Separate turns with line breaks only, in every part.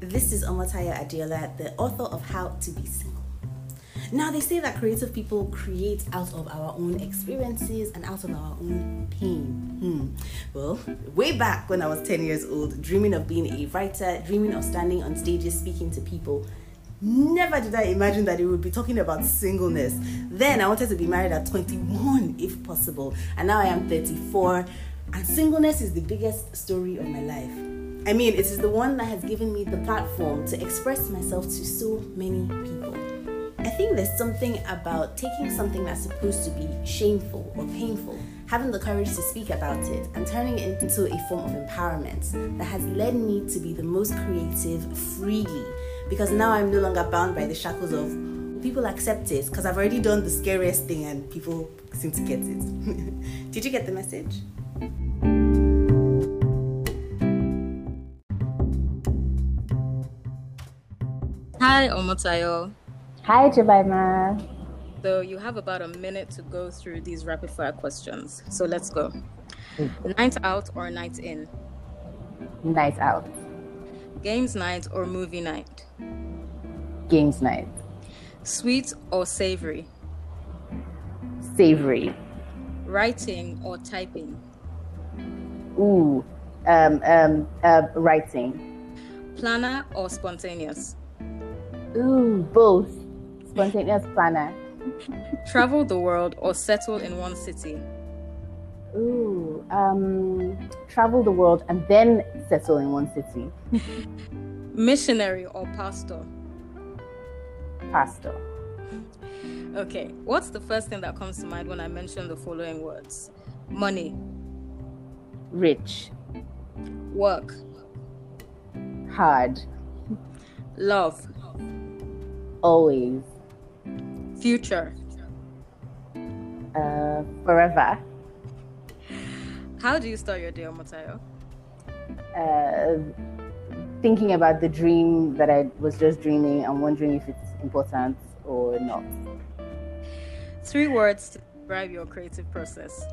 This is Omataya Adiola, the author of How to Be Single. Now, they say that creative people create out of our own experiences and out of our own pain. Hmm. Well, way back when I was 10 years old, dreaming of being a writer, dreaming of standing on stages speaking to people, never did I imagine that it would be talking about singleness. Then I wanted to be married at 21 if possible, and now I am 34, and singleness is the biggest story of my life. I mean, it is the one that has given me the platform to express myself to so many people. I think there's something about taking something that's supposed to be shameful or painful, having the courage to speak about it, and turning it into a form of empowerment that has led me to be the most creative freely because now I'm no longer bound by the shackles of people accept it because I've already done the scariest thing and people seem to get it. Did you get the message?
Hi, Omotayo.
Hi, Jemima.
So you have about a minute to go through these rapid fire questions. So let's go. Night out or night in?
Night out.
Games night or movie night?
Games night.
Sweet or savory?
Savory.
Writing or typing?
Ooh. Um, um, uh, writing.
Planner or spontaneous?
Ooh, both. Spontaneous planner.
Travel the world or settle in one city?
Ooh. Um, travel the world and then settle in one city.
Missionary or pastor?
Pastor.
Okay, what's the first thing that comes to mind when I mention the following words? Money,
Rich.
work,
Hard.
love,
Always.
future.
Uh, forever.
How do you start your day, Omotayo?
uh, thinking about the dream that I was just dreaming and wondering if it's important or not.
Three words to describe your creative process.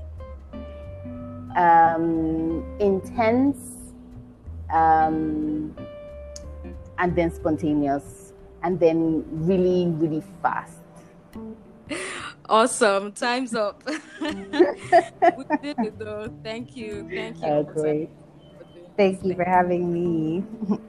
Um, intense um, and then spontaneous and then really, really fast.
Awesome. Time's up. we did it though. Thank you. Thank you.
Oh,
Omotayo,
great.
for doing
Thank
this.
you for having me.